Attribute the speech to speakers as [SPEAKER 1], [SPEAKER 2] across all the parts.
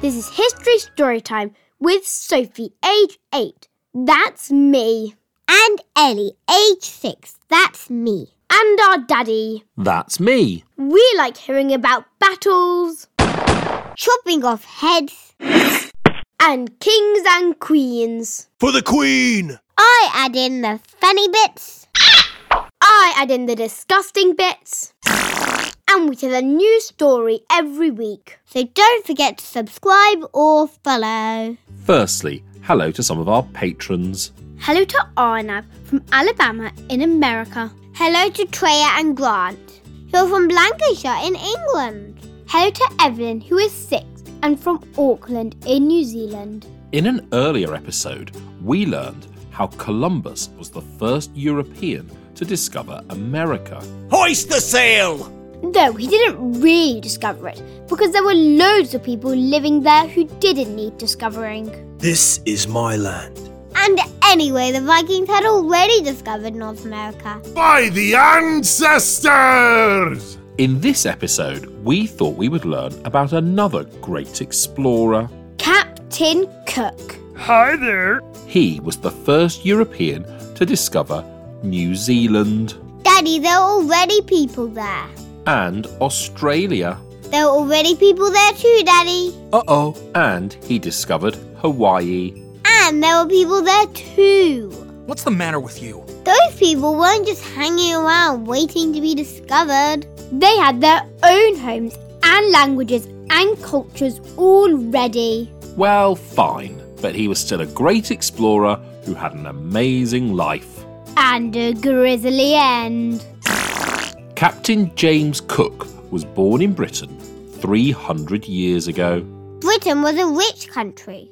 [SPEAKER 1] This is History story time with Sophie, age 8. That's me.
[SPEAKER 2] And Ellie, age six. That's me.
[SPEAKER 1] And our daddy.
[SPEAKER 3] That's me.
[SPEAKER 1] We like hearing about battles
[SPEAKER 2] Chopping off heads.
[SPEAKER 1] and kings and queens.
[SPEAKER 4] For the Queen!
[SPEAKER 2] I add in the funny bits.
[SPEAKER 1] I add in the disgusting bits. And we tell a new story every week.
[SPEAKER 2] So don't forget to subscribe or follow.
[SPEAKER 3] Firstly, hello to some of our patrons.
[SPEAKER 1] Hello to Arnab from Alabama in America.
[SPEAKER 2] Hello to Treya and Grant, who are from Lancashire in England.
[SPEAKER 1] Hello to Evelyn, who is six and from Auckland in New Zealand.
[SPEAKER 3] In an earlier episode, we learned how Columbus was the first European to discover America.
[SPEAKER 4] Hoist the sail!
[SPEAKER 1] Though he didn't really discover it, because there were loads of people living there who didn't need discovering.
[SPEAKER 4] This is my land.
[SPEAKER 2] And anyway, the Vikings had already discovered North America.
[SPEAKER 5] By the ancestors!
[SPEAKER 3] In this episode, we thought we would learn about another great explorer.
[SPEAKER 1] Captain Cook.
[SPEAKER 5] Hi there.
[SPEAKER 3] He was the first European to discover New Zealand
[SPEAKER 2] Daddy, there are already people there.
[SPEAKER 3] and Australia.
[SPEAKER 2] There are already people there too, Daddy.
[SPEAKER 3] Uh oh. And he discovered Hawaii.
[SPEAKER 2] And there were people there too.
[SPEAKER 4] What's the matter with you?
[SPEAKER 2] Those people weren't just hanging around waiting to be discovered.
[SPEAKER 1] They had their own homes and languages and cultures already.
[SPEAKER 3] Well, fine. But he was still a great explorer who had an amazing life.
[SPEAKER 1] And a grisly end.
[SPEAKER 3] Captain James Cook was born in Britain 300 years ago.
[SPEAKER 2] Britain was a rich country.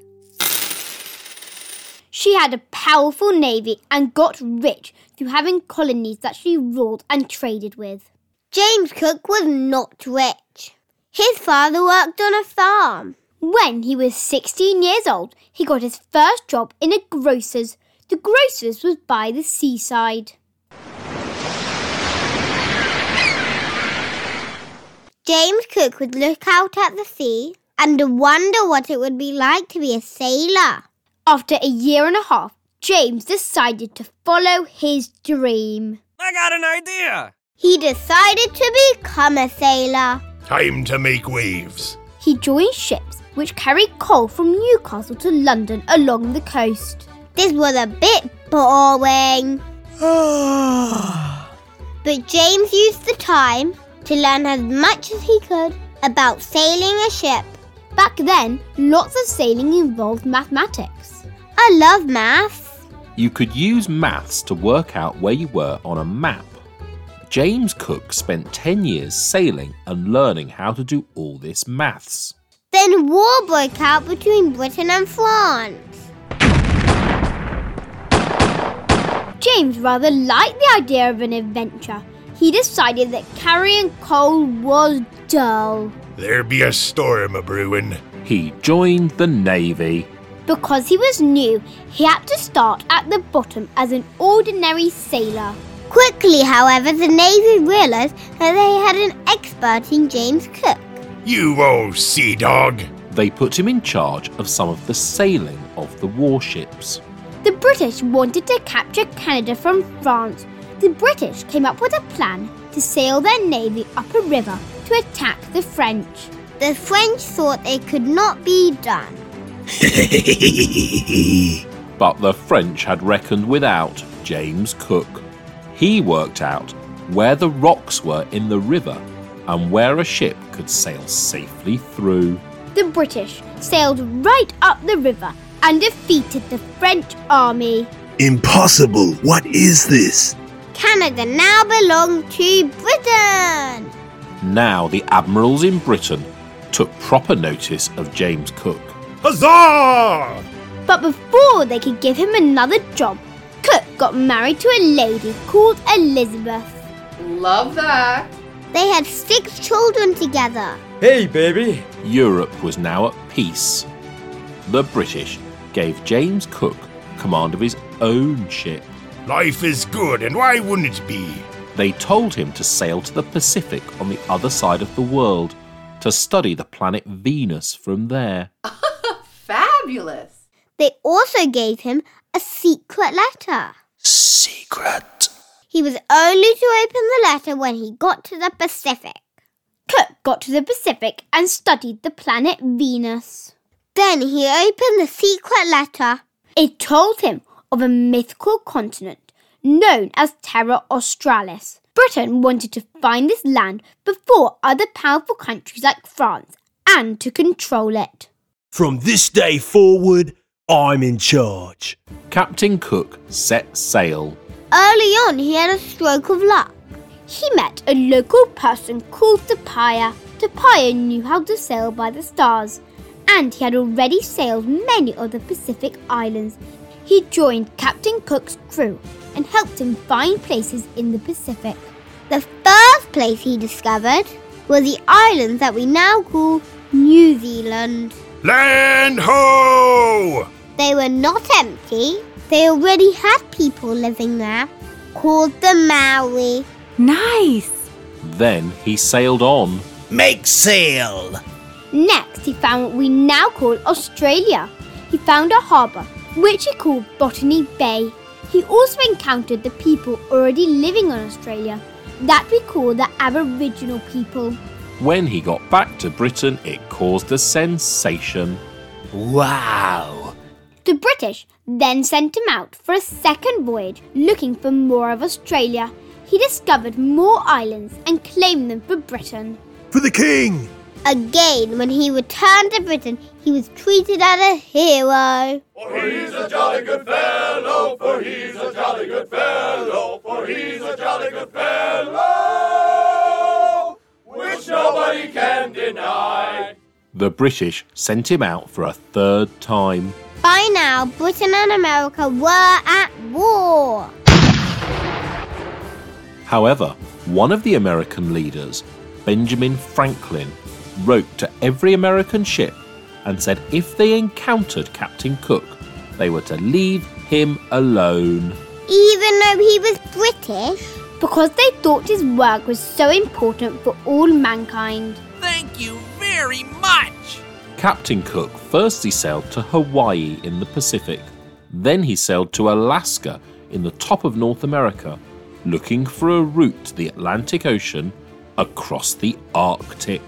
[SPEAKER 1] She had a powerful navy and got rich through having colonies that she ruled and traded with.
[SPEAKER 2] James Cook was not rich. His father worked on a farm.
[SPEAKER 1] When he was 16 years old, he got his first job in a grocer's. The grocer's was by the seaside.
[SPEAKER 2] James Cook would look out at the sea and wonder what it would be like to be a sailor.
[SPEAKER 1] After a year and a half, James decided to follow his dream.
[SPEAKER 4] I got an idea!
[SPEAKER 2] He decided to become a sailor.
[SPEAKER 5] Time to make waves.
[SPEAKER 1] He joined ships which carried coal from Newcastle to London along the coast.
[SPEAKER 2] This was a bit boring. but James used the time to learn as much as he could about sailing a ship.
[SPEAKER 1] Back then, lots of sailing involved mathematics.
[SPEAKER 2] I love maths.
[SPEAKER 3] You could use maths to work out where you were on a map. James Cook spent 10 years sailing and learning how to do all this maths.
[SPEAKER 2] Then war broke out between Britain and France.
[SPEAKER 1] James rather liked the idea of an adventure. He decided that carrying coal was dull.
[SPEAKER 5] There be a storm a brewing.
[SPEAKER 3] He joined the Navy.
[SPEAKER 1] Because he was new, he had to start at the bottom as an ordinary sailor.
[SPEAKER 2] Quickly, however, the Navy realized that they had an expert in James Cook.
[SPEAKER 5] You old sea dog.
[SPEAKER 3] They put him in charge of some of the sailing of the warships.
[SPEAKER 1] The British wanted to capture Canada from France. The British came up with a plan to sail their navy up a river to attack the French.
[SPEAKER 2] The French thought it could not be done.
[SPEAKER 3] But the French had reckoned without James Cook. He worked out where the rocks were in the river and where a ship could sail safely through.
[SPEAKER 1] The British sailed right up the river and defeated the French army.
[SPEAKER 4] Impossible! What is this?
[SPEAKER 2] Canada now belonged to Britain.
[SPEAKER 3] Now the admirals in Britain took proper notice of James Cook.
[SPEAKER 5] Huzzah!
[SPEAKER 1] But before they could give him another job, Cook got married to a lady called Elizabeth.
[SPEAKER 6] Love that.
[SPEAKER 2] They had six children together.
[SPEAKER 7] Hey, baby.
[SPEAKER 3] Europe was now at peace. The British gave James Cook command of his own ship.
[SPEAKER 5] Life is good, and why wouldn't it be?
[SPEAKER 3] They told him to sail to the Pacific on the other side of the world to study the planet Venus from there.
[SPEAKER 6] Fabulous.
[SPEAKER 2] They also gave him a secret letter.
[SPEAKER 4] Secret.
[SPEAKER 2] He was only to open the letter when he got to the Pacific.
[SPEAKER 1] Cook got to the Pacific and studied the planet Venus.
[SPEAKER 2] Then he opened the secret letter.
[SPEAKER 1] It told him of a mythical continent known as Terra Australis. Britain wanted to find this land before other powerful countries like France and to control it.
[SPEAKER 4] From this day forward, I'm in charge.
[SPEAKER 3] Captain Cook set sail.
[SPEAKER 2] Early on, he had a stroke of luck.
[SPEAKER 1] He met a local person called Tapia. Tapia knew how to sail by the stars, and he had already sailed many of the Pacific islands. He joined Captain Cook's crew and helped him find places in the Pacific.
[SPEAKER 2] The first place he discovered were the islands that we now call New Zealand.
[SPEAKER 5] Land ho!
[SPEAKER 2] They were not empty. They already had people living there, called the Maori.
[SPEAKER 7] Nice.
[SPEAKER 3] Then he sailed on.
[SPEAKER 8] Make sail!
[SPEAKER 1] Next, he found what we now call Australia. He found a harbour, which he called Botany Bay. He also encountered the people already living on Australia, that we call the Aboriginal people.
[SPEAKER 3] When he got back to Britain, it caused a sensation.
[SPEAKER 8] Wow!
[SPEAKER 1] The British then sent him out for a second voyage looking for more of Australia. He discovered more islands and claimed them for Britain.
[SPEAKER 4] For the king!
[SPEAKER 2] Again, when he returned to Britain, he was treated as a hero.
[SPEAKER 3] The British sent him out for a third time.
[SPEAKER 2] By now, Britain and America were at war.
[SPEAKER 3] However, one of the American leaders, Benjamin Franklin, wrote to every American ship and said if they encountered Captain Cook, they were to leave him alone.
[SPEAKER 2] Even though he was British,
[SPEAKER 1] because they thought his work was so important for all mankind.
[SPEAKER 9] Thank you very much.
[SPEAKER 3] Captain Cook firstly sailed to Hawaii in the Pacific. Then he sailed to Alaska in the top of North America, looking for a route to the Atlantic Ocean across the Arctic.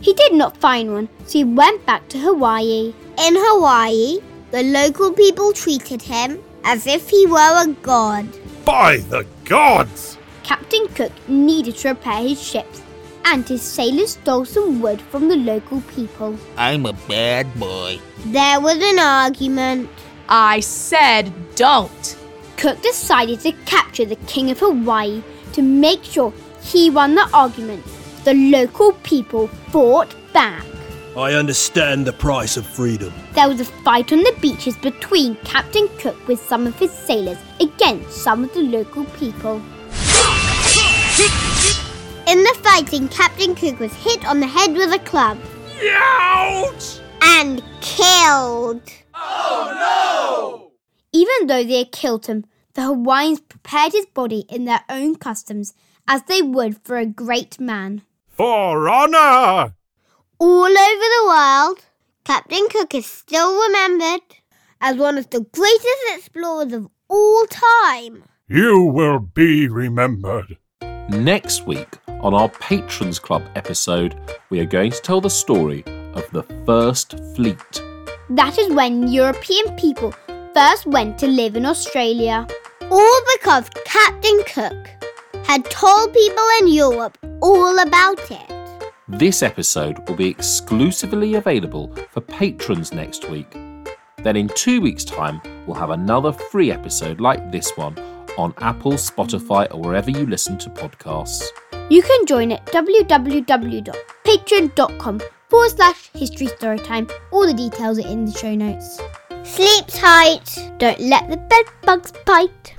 [SPEAKER 1] He did not find one, so he went back to Hawaii.
[SPEAKER 2] in Hawaii, the local people treated him as if he were a god.
[SPEAKER 5] By the gods!
[SPEAKER 1] Captain Cook needed to repair his ships, and his sailors stole some wood from the local people.
[SPEAKER 8] I'm a bad boy.
[SPEAKER 2] There was an argument.
[SPEAKER 7] I said don't.
[SPEAKER 1] Cook decided to capture the King of Hawaii to make sure he won the argument. The local people fought back.
[SPEAKER 4] I understand the price of freedom.
[SPEAKER 1] There was a fight on the beaches between Captain Cook with some of his sailors against some of the local people.
[SPEAKER 2] In the fighting, Captain Cook was hit on the head with a club
[SPEAKER 5] Ouch!
[SPEAKER 2] and killed.
[SPEAKER 1] Even though they had killed him, the Hawaiians prepared his body in their own customs as they would for a great man.
[SPEAKER 5] For honor!
[SPEAKER 2] All over the world, Captain Cook is still remembered as one of the greatest explorers of all time.
[SPEAKER 5] You will be remembered.
[SPEAKER 3] Next week, on our Patrons Club episode, we are going to tell the story of the First Fleet.
[SPEAKER 1] That is when European people first went to live in Australia.
[SPEAKER 2] All because Captain Cook had told people in Europe all about it.
[SPEAKER 3] This episode will be exclusively available for patrons next week. Then, in two weeks' time, we'll have another free episode like this one on Apple, Spotify, or wherever you listen to podcasts.
[SPEAKER 1] You can join at www.patreon.com forward slash history storytime. All the details are in the show notes.
[SPEAKER 2] Sleep tight.
[SPEAKER 1] Don't let the bed bugs bite.